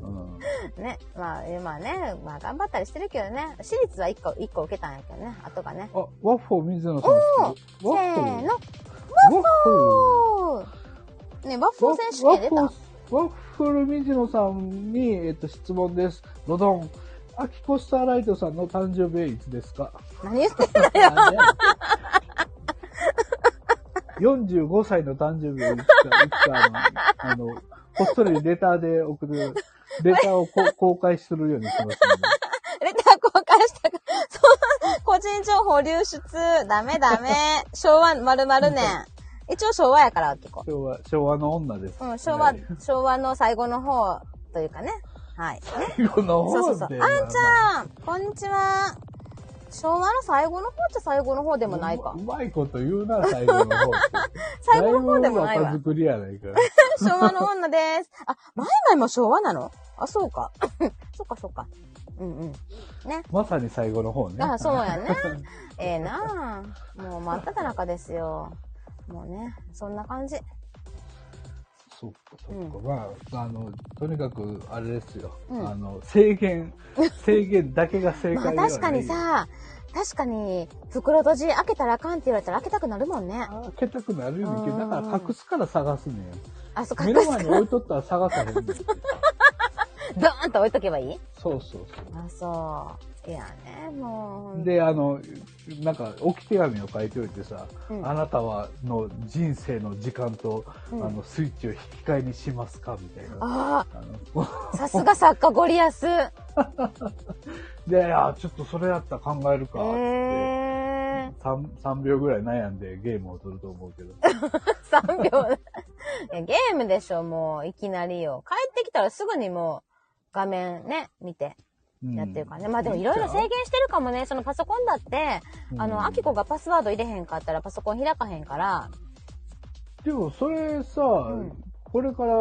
S2: うん。
S1: ね。まあ、えまあね、まあ頑張ったりしてるけどね。私立は1個、一個受けたんやけどね、後がね。
S2: あ、ワッフォー水野さん好き。
S1: せーの。
S2: ワッフ
S1: おーね、ワッフ
S2: ォ
S1: ル
S2: ー
S1: 選手権出た
S2: ワッフォーワッフル水野さんに、えっと、質問です。ロドン。アキコスターライトさんの誕生日はいつですか
S1: 何言ってんの
S2: 45歳の誕生日をいつか、いつかあの、あの、こっそりレターで送る、レターをこ公開するようにしますので、
S1: レター交換したか。そう、個人情報流出。ダメダメ。昭和〇〇年。一応昭和やから、結構。
S2: 昭和、昭和の女です。
S1: うん、昭和
S2: ね、
S1: 昭和の最後の方というかね。はい。
S2: 最後の
S1: そう
S2: 方
S1: そう
S2: で
S1: そう。あんちゃん、こんにちは。昭和の最後の方って最後の方で
S2: で
S1: もないか
S2: う。まいこと言うな、最後の方って。
S1: 最後の方でもない
S2: だ
S1: わ
S2: ぶ。若作りやないか。
S1: 昭和の女です。あ、マイマイも昭和なのあ、そうか。 そうか、そうか。うんうん。ね。
S2: まさに最後の方ね。
S1: あ、そうやね。ええなあもう真っ只中ですよ。もうね、そんな感じ。
S2: そっか、そっ
S1: うん
S2: か。まあ、あの、とにかく、あれですよ。
S1: うん
S2: あの、制限、制限だけが正
S1: まあ
S2: 解ではない。
S1: 確かに。さ、確かに、袋閉じ開けたらあかんって言われたら開けたくなるもんね。
S2: 開けたくなるよねんけど、だか
S1: うん
S2: ら隠すから探すねん。
S1: あ、そっか、
S2: 目
S1: ド
S2: の前に置いとったら探さへん ねん。
S1: ーンと置いとけばいい
S2: そうそう
S1: あ、そう。いやね、も
S2: そう。
S1: う。
S2: で、あの、なんか、置き手紙を書いておいてさ、
S1: うん
S2: あなたは、の人生の時間と、
S1: うん
S2: あの、スイッチを引き換えにしますかみたいな。
S1: あ
S2: あの
S1: あ、さすが作家ゴリアス。え
S2: で、あ、ちょっとそれやったら考えるか、って。
S1: えー。
S2: 3, 3秒ぐらい悩んでゲームを取ると思うけど。
S1: 3秒。 いやゲームでしょ、もう、いきなりよ。帰ってきたらすぐにもう、画面ね、見て、
S2: うん
S1: やってるからね。まあでもいろいろ制限してるかもね。そのパソコンだって、あ
S2: うん
S1: の、アキコがパスワード入れへんかったらパソコン開かへんから、
S2: でもそれさ、
S1: ん
S2: これから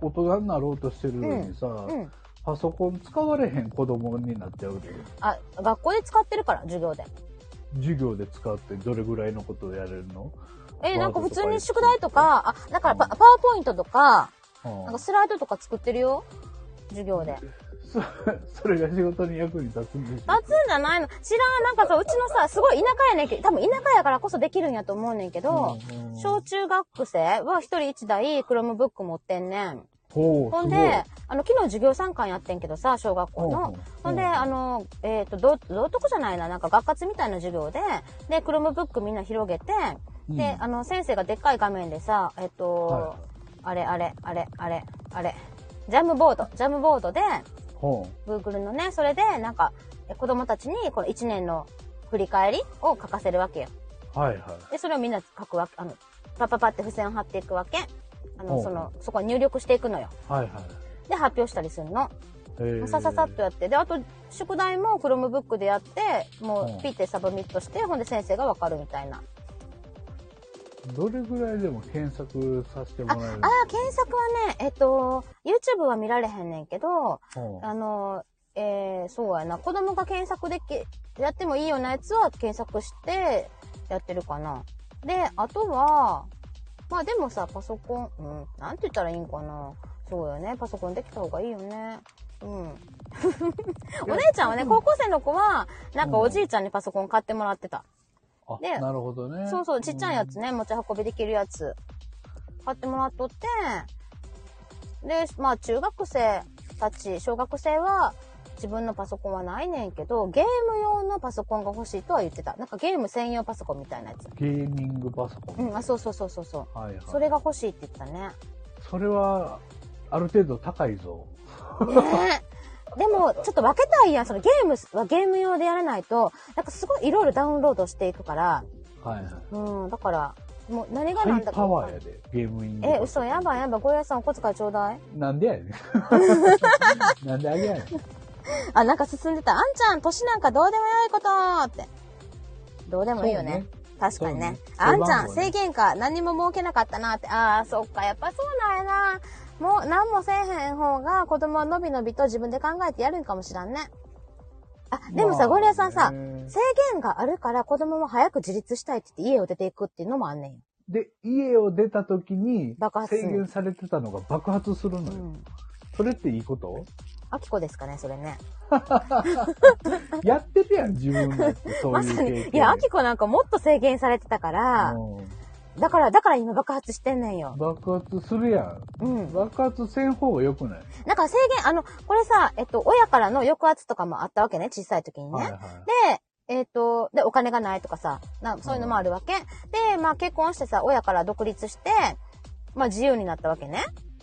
S2: 大人になろうとしてるのにさ、
S1: うん。
S2: パソコン使われへん子供になっちゃうで。
S1: あ、学校で使ってるから、授業で。
S2: 授業で使ってどれぐらいのことをやれるの、
S1: え、なんか普通に宿
S2: ワー
S1: 題
S2: ドと
S1: と
S2: か
S1: か、あ、だからパ
S2: うん
S1: パワーポイントとか、
S2: うん
S1: なんかスライドとか作ってるよ。授業で。
S2: そ それが仕事に役に立つんでしょ
S1: 立つんじゃないの知らん。なんかさ、うちのさ、すごい田舎やねんけど、多分田舎やからこそできるんやと思うねんけど、
S2: うんうん
S1: 小中学生は一人一台、クロムブック持ってんねん。
S2: ほう
S1: ほん
S2: すごい
S1: で、あの、昨日授業参観やってんけどさ、小学校
S2: うん
S1: の
S2: うん。
S1: ほんで、あの、えっ、と、道道徳じゃないな、なんか学活みたいな授業で、で、クロムブックみんな広げて、で、
S2: うん
S1: あの、先生がでっかい画面でさ、えっ、と
S2: は、
S1: あれあれ、あれ、あれ、あれ、ジャムボード、ジャムボードで、
S2: ほ
S1: Google のね、それで、なんか、え子供たちに、この1年の振り返りを書かせるわけよ。
S2: うはいはい。
S1: で、それをみんな書くわけ、あの、パパパって付箋を貼っていくわけ。あ
S2: ほ
S1: の、
S2: う
S1: その、そこに入力していくのよ。
S2: はいはい。
S1: で、発表したりするの。
S2: えー
S1: さささっとやって。で、あと、宿題も Chromebook でやって、も
S2: うん
S1: う、ピッてサブミットして、ほんで先生がわかるみたいな。
S2: どれぐらいでも検索させても
S1: あ、あ
S2: らえる
S1: ー、検索はね、えっと、YouTube は見られへんねんけど、
S2: ほう
S1: あの、えー、そうやな、子供が検索でき、やってもいいようなやつは検索してやってるかな。で、あとは、まあでもさ、パソコン、うん、なんて言ったらいいんかな。そうよね、パソコンできた方がいいよね。うん。 お姉ちゃんはね、高校生の子は、なんかおじいちゃんにパソコン買ってもらってた。
S2: あ
S1: で
S2: なるほどね。
S1: そうそう、ちっちゃいやつね、持ち運びできるやつ。買ってもらっとって、で、まあ中学生たち、小学生は自分のパソコンはないねんけど、ゲーム用のパソコンが欲しいとは言ってた。なんかゲーム専用パソコンみたいなやつ。
S2: ゲーミングパソコン。
S1: うん、あ、そうそうそうそうそう。
S2: はいはい。
S1: それが欲しいって言ってたね。
S2: それは、ある程度高いぞ。
S1: ねえ。でも、ちょっと分けたいやん。そのゲームはゲーム用でやらないと、なんかすごいいろいろダウンロードしていくから、
S2: はいはい。
S1: うん、だから、もう何が
S2: ハ
S1: 何
S2: イ
S1: だ
S2: パ
S1: か分
S2: ワ
S1: かん
S2: ー
S1: な
S2: や
S1: い。
S2: で、ゲームイング
S1: え、嘘、やばいやばい、ゴリラさんお小遣いちょうだい。
S2: なんでやね ん。なんであげやねん。
S1: あ、なんか進んでた。あんちゃん、年なんかどうでもよいことって。どうでもいいよね。確かにね。
S2: そう
S1: あ
S2: ね
S1: んちゃん、
S2: そうね
S1: 制限か。何も儲けなかったなって。ああ、そっか。やっぱそうなんやな。もう、何もせえへん方が、子供はのびのびと自分で考えてやるんかもしらんね。あ、でも
S2: ま
S1: さ、
S2: あ
S1: ゴリラさんさ、
S2: ね
S1: 制限があるから子供も早く自立したいって言って家を出ていくっていうのもあんねんよ。
S2: で、家を出た時に
S1: 爆、発
S2: 制限されてたのが爆発するの
S1: う
S2: よ。
S1: ん。
S2: それっていいこと
S1: あきこですかね、それね。
S2: やって るやん、自分だって、そう
S1: ま
S2: いう
S1: さ
S2: 経
S1: に
S2: 験。。
S1: いや、あきこなんかもっと制限されてたから、
S2: う
S1: だから、だから今爆発してんねんよ
S2: ん。爆発するやん。
S1: うん。
S2: 爆発せん方が良くない
S1: なんか制限、あの、これさ、えっと、親からの抑圧とかもあったわけね、小さい時にね。
S2: はいはい。
S1: で、えっ、と、で、お金がないとかさ、なそういうのもあるわけ。で、まあ結婚してさ、親から独立して、まあ自由になったわけね。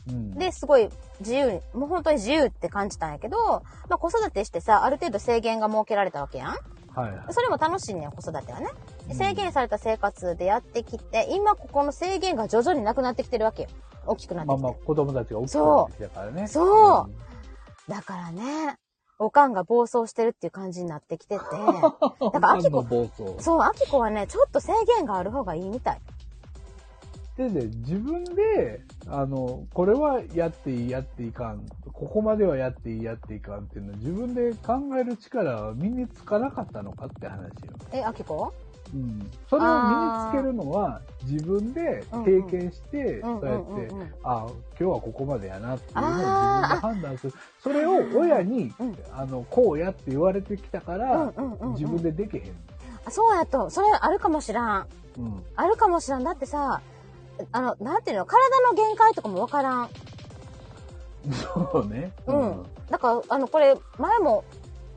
S2: うん
S1: で、すごい自由に、もう本当に自由って感じたんやけど、まあ子育てしてさ、ある程度制限が設けられたわけやん。
S2: はいはい。
S1: それも楽しいねん子育てはね。制限された生活でやってきて、今ここの制限が徐々になくなってきてるわけよ。大きくなって
S2: まあ
S1: きて。
S2: まあ、子供たちが大きくなってきたからね。
S1: そうだからね、おかんが暴走してるっていう感じになってき てて。
S2: うん。
S1: だから
S2: お
S1: あ
S2: か
S1: き
S2: ん
S1: こ
S2: の暴走。
S1: そう、あきこはね、ちょっと制限がある方がいいみたい。
S2: でね、自分で、あの、これはやっていい、やっていかん、ここまではやっていい、やっていかんっていうのは自分で考える力は身につかなかったのかって話よ。
S1: え、あきこ
S2: うん。それを身につけるのは自分で経験して、そうやって、
S1: ん。
S2: あ今日はここまでやなっていうのを自分で判断する。それを親に、
S1: うん
S2: あの、こうやって言われてきた
S1: う
S2: か
S1: ん
S2: ら、
S1: うんうん、
S2: 自分でできへん。
S1: あそうやと、それあるかもしらん。
S2: うん。
S1: あるかもしらん。だってさ、あの、なんていうの、体の限界とかもわからん。
S2: そうね。
S1: うん。だから、あの、これ、前も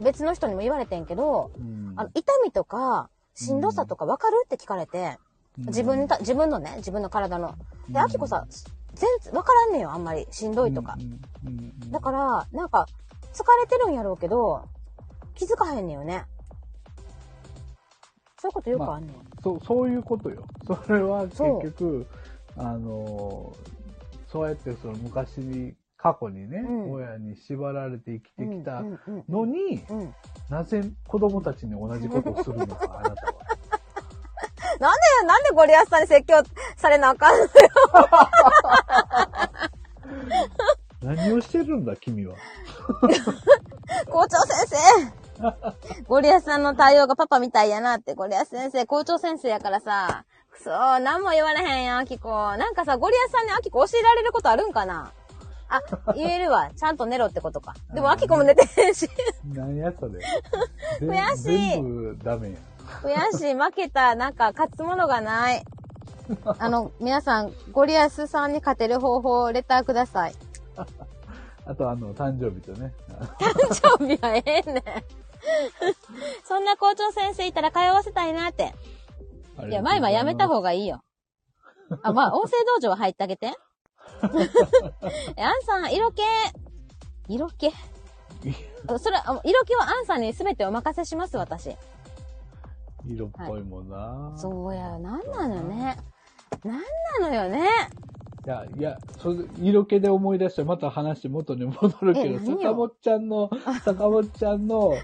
S1: 別の人にも言われてんけど、
S2: うん。
S1: あの、痛みとか、しんどさとかわかるって聞かれて、自分にた、自分のね、自分の体の。で、あきこさ、全然わからんねんよ、あんまり。しんどいとか。
S2: うん。うんうん
S1: だから、なんか、疲れてるんやろうけど、気づかへんねんよね。そういうことよくあんねん。
S2: そう、そういうことよ。 それは結
S1: そう
S2: 局、あのー、そうやってその昔に、過去にね、
S1: うん
S2: 親に縛られて生きてきた
S1: うんうん
S2: のに、
S1: うんうん
S2: なぜ子供たちに同じことをするの か、あなたは。
S1: えなんでゴリアスさんに説教されなあかんのよ。
S2: 何をしてるんだ、君は。
S1: 校長先生 ゴリアスさんの対応がパパみたいやなって、ゴリアス先生、校長先生やからさ。くそー、何も言われへんやん、アキコ。なんかさ、ゴリアスさんにアキコ教えられることあるんかなあ、言えるわ。ちゃんと寝ろってことか。でも、アキコも寝てへんし。
S2: 何や それ。ぜ
S1: 悔しい
S2: 全部ダメや。
S1: 悔しい、負けた、なんか、勝つものがない。あの、皆さん、ゴリアスさんに勝てる方法、レターください。
S2: あと、あの、誕生日とね。
S1: 誕生日はええねん。そんな校長先生いたら通わせたいなって。いや、前はやめた
S2: が
S1: 方がいいよ。あ、まあ、音声道場は入ってあげて。え、アンさん、色気。色気あそれ、あ色気はアンさんに全てお任せします、私。
S2: 色っぽいもんな。
S1: そうや、なんなのよね。なんなのよね。
S2: いや、いや、それ、色気で思い出して、また話元に戻るけ
S1: え
S2: ど、
S1: 何よ
S2: 坂本ちゃんの、坂本ちゃんの、
S1: い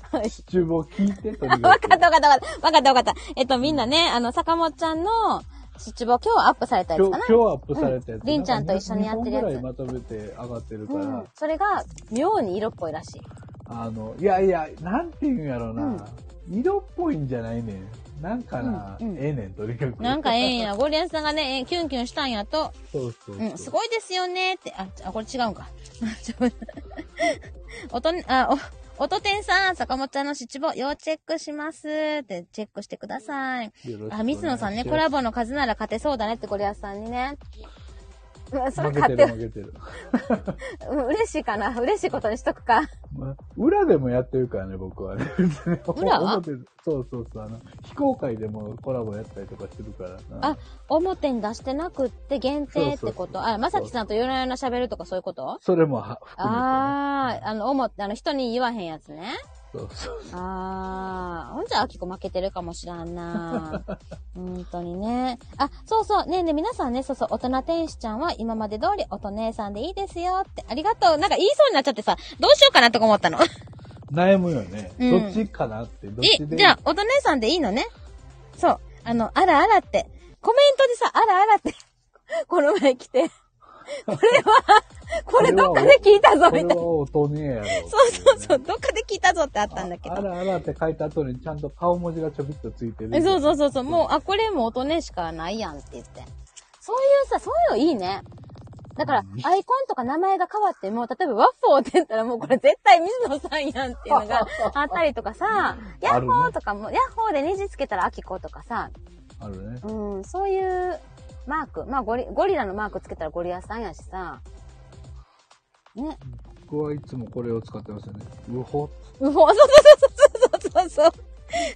S2: 厨房聞いて、とり
S1: あ、
S2: あえず
S1: わかったわかったわかった。わかったわかった。えっと、みんなね、あの、坂本ちゃんの七望、今日アップされたや
S2: 今
S1: つ
S2: 日、
S1: か
S2: 今
S1: な。
S2: 日アップされたやつ。
S1: うんりんちゃんと一緒にやってるやつ
S2: 2本ぐらいまとめて上がってるから、
S1: うん。それが、妙に色っぽいらしい。
S2: あの、いやいや、なんていうんやろうな、色っぽいんじゃないねん。なんかな、
S1: うんうん
S2: ええねん、とにかく。
S1: なんかええんや。ゴリアスさんがね、えーキュンキュンしたんやと。
S2: そうそうそう。
S1: うん、すごいですよねって。あ、あこれ違うんか。 ちょおとね、あ、お、おとてんさん、坂本ちゃんの七望、要チェックしますって、チェックしてください。
S2: よろしくお願いします。
S1: あ、水野さんね、コラボの数なら勝てそうだねって、ゴリアスさんにね。うんそれ
S2: 負け
S1: 勝
S2: て
S1: て
S2: る、負けてる。
S1: うん嬉しいかな。嬉しいことにしとくか。
S2: まあ裏でもやってるからね、僕はね。
S1: 裏
S2: 表でそうそうそう。あの、非公開でもコラボやったりとかしてるからな。
S1: あ表に出してなくって限定って
S2: そうそう
S1: こ
S2: そ
S1: と
S2: う
S1: あ、まさきさんと夜な夜な喋るとかそういうこと
S2: それもは含め
S1: ああ、あの、思って、あの、人に言わへんやつね。
S2: て、ね。そうそう。
S1: ああ、ほんじゃ、あきこ負けてるかもしらん な。本当にね。あ、そうそう。ねえねえ、皆さんね、そうそう、大人天使ちゃんは今まで通りおと姉さんでいいですよって、ありがとう。なんか言いそうになっちゃってさ、どうしようかなとか思ったの。
S2: 悩むよね。
S1: うん
S2: どっちかなって、どっち
S1: え、
S2: で。
S1: じゃあ、おと姉さんでいいのね。そう。あの、あらあらって、コメントでさ、あらあらって、 この前来て、 これは、これどっかで聞いたぞ、
S2: こ
S1: みたい
S2: れ
S1: な。
S2: は音ねえやろっていね。
S1: そうそうそう、どっかで聞いたぞってあったんだけ
S2: ああ
S1: ど。
S2: らあらって書いた後にちゃんと顔文字がちょびっとついてる。
S1: えそうそうそうそう、もう、あ、これも音ねしかないやんって言って。そういうさ、そういうのいいね。だから、アイコンとか名前が変わっても、例えばワッフォーって言ったらもうこれ絶対水野さんやんっていうのがあったりとか さ、ヤッホーとかも、ヤッホーで虹つけたらアキコとかさ、
S2: あるね。
S1: うん、そういうマーク。まあゴリ、ゴリラのマークつけたらゴリラさんやしさ。ね。
S2: 僕はいつもこれを使ってますよね。うほっつ
S1: う ほ、そうそうそうそうそうそうそう。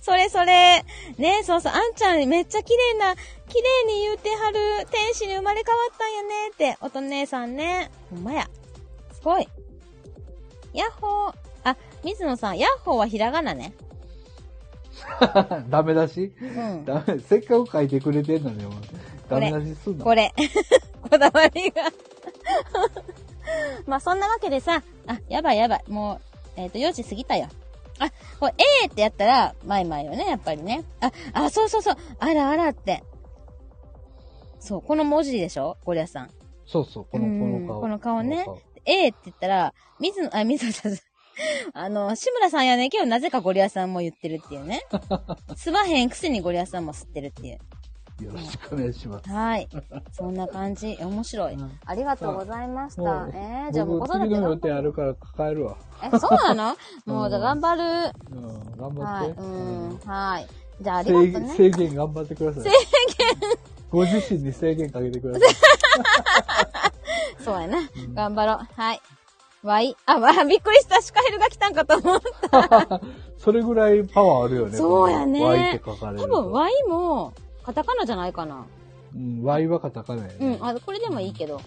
S1: それそれ。ねそうそう。あんちゃんめっちゃ綺麗な、綺麗に言うてはる天使に生まれ変わったんやねって、おと姉さんね。ほんまや。すごい。やっほー。あ、水野さん、やっほーはひらがなね。
S2: ダメ出し
S1: うん。
S2: ダメ、せっかく書いてくれてんのに、お前
S1: これ
S2: ダメ出しすんの
S1: これ。 こだわりが。 まあそんなわけでさ、あ、やばいやばい。もう、えっ、と、4時過ぎたよ。あ、これ A ってやったら、マイマイよね、やっぱりね。あ、あ、そうそうそう。あらあらって。そう、この文字でしょゴリアスさん。
S2: そうそう、この、
S1: うん
S2: この顔。
S1: この顔ね A って言ったら、水野、あ、水野さん、 あの、志村さんやねんけど、なぜかゴリアスさんも言ってるっていうね。すまへんくせにゴリアスさんも吸ってるっていう。
S2: よろしくお願いします。
S1: はい。そんな感じ。面白い
S2: うん。
S1: ありがとうございました。
S2: もう
S1: えー、じゃあもう子
S2: 僕
S1: 育て
S2: 次の予
S1: 頑張
S2: 定あるから抱えるわ。
S1: え、そうなのもう、
S2: うん
S1: じゃあ頑張る。
S2: うん、頑
S1: はい。
S2: 張って。
S1: うん
S2: う。
S1: はい。じゃああり
S2: 制
S1: がとう
S2: 限
S1: ね。
S2: 制限頑張ってください。制限ご自身に制限かけてください。
S1: そうやな。頑張ろう。はい。わい。あ、わ、びっくりした。シカヘルが来たんかと思った。
S2: それぐらいパワーあるよね。
S1: そうやね
S2: この Y って書かれる
S1: 多
S2: と。
S1: 分、わいも、カタカナじゃないかな。
S2: うん、Y はカタカナやね。
S1: うん、あ、これでもいいけど。はい。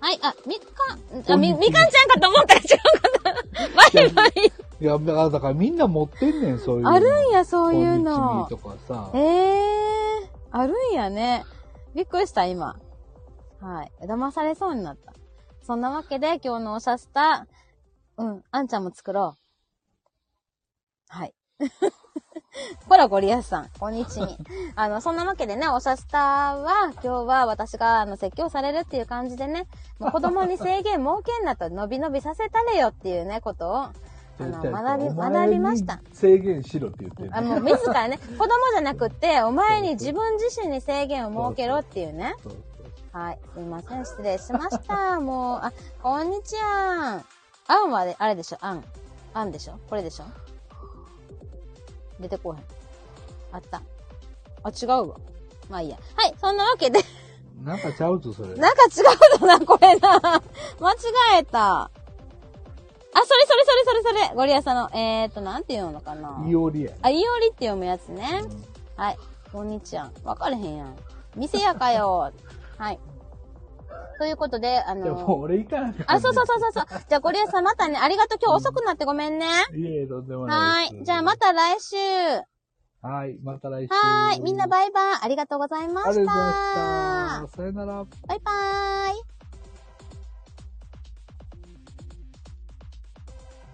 S1: はい、あ、みかん、あ、み、みかんちゃんかと思ったら違うかな。わい わい。
S2: いや、だから、だからみんな持ってんねん、そういうの。
S1: あるんや、そういう
S2: こんに
S1: の
S2: ちみ。とかさ
S1: え。えー、あるんやね。びっくりした、今。はい。騙されそうになった。そんなわけで、今日のおしゃスタ、うん、あんちゃんも作ろう。はい。 ほら、ゴリアスさん、こんにちは。あの、そんなわけでね、おしゃスタは、今日は私が、あの、説教されるっていう感じでね、もう子供に制限設けんなと、伸び伸びさせたれよっていうね、ことを、あの、学び、
S2: お前
S1: 学
S2: に
S1: びました。
S2: 制限しろって言ってる、
S1: あもう自ら ね、子供じゃなくって、お前に自分自身に制限を設けろっていうね。
S2: そう
S1: はい。すいません。失礼しま した。もう、あ、こんにちは。あんはねあれでしょあん。あんでしょこれでしょ出てこうへん。あった。あ、違うわ。まあいいや。はい。そんなわけで、
S2: なんかちゃうぞ、それ。
S1: なんか違うだな、これな。 間違えた。あ、それそれそれそれそれ。ゴリアさんの、えーと、なんていうのかな。
S2: いおりやね。
S1: あ、いおりって読むやつね。
S2: うん
S1: はい。こんにちは。わかれへんやん。店やかよ。 はい。ということで、あ
S2: いや、もう
S1: の、
S2: 俺行かない
S1: あ、そうそう
S2: そ
S1: そうそうそう。じゃあ、ゴリアスさんまたね、ありがとう。今日遅くなってごめんね。
S2: う。いえ、とんでもな
S1: はい
S2: です。
S1: い。じゃあ、また来週。
S2: はい、また来週。
S1: はーい。みんなバイバイ。ありがとうございま
S2: ありがとうござい
S1: した。
S2: ました。さよなら。
S1: バイバーイ。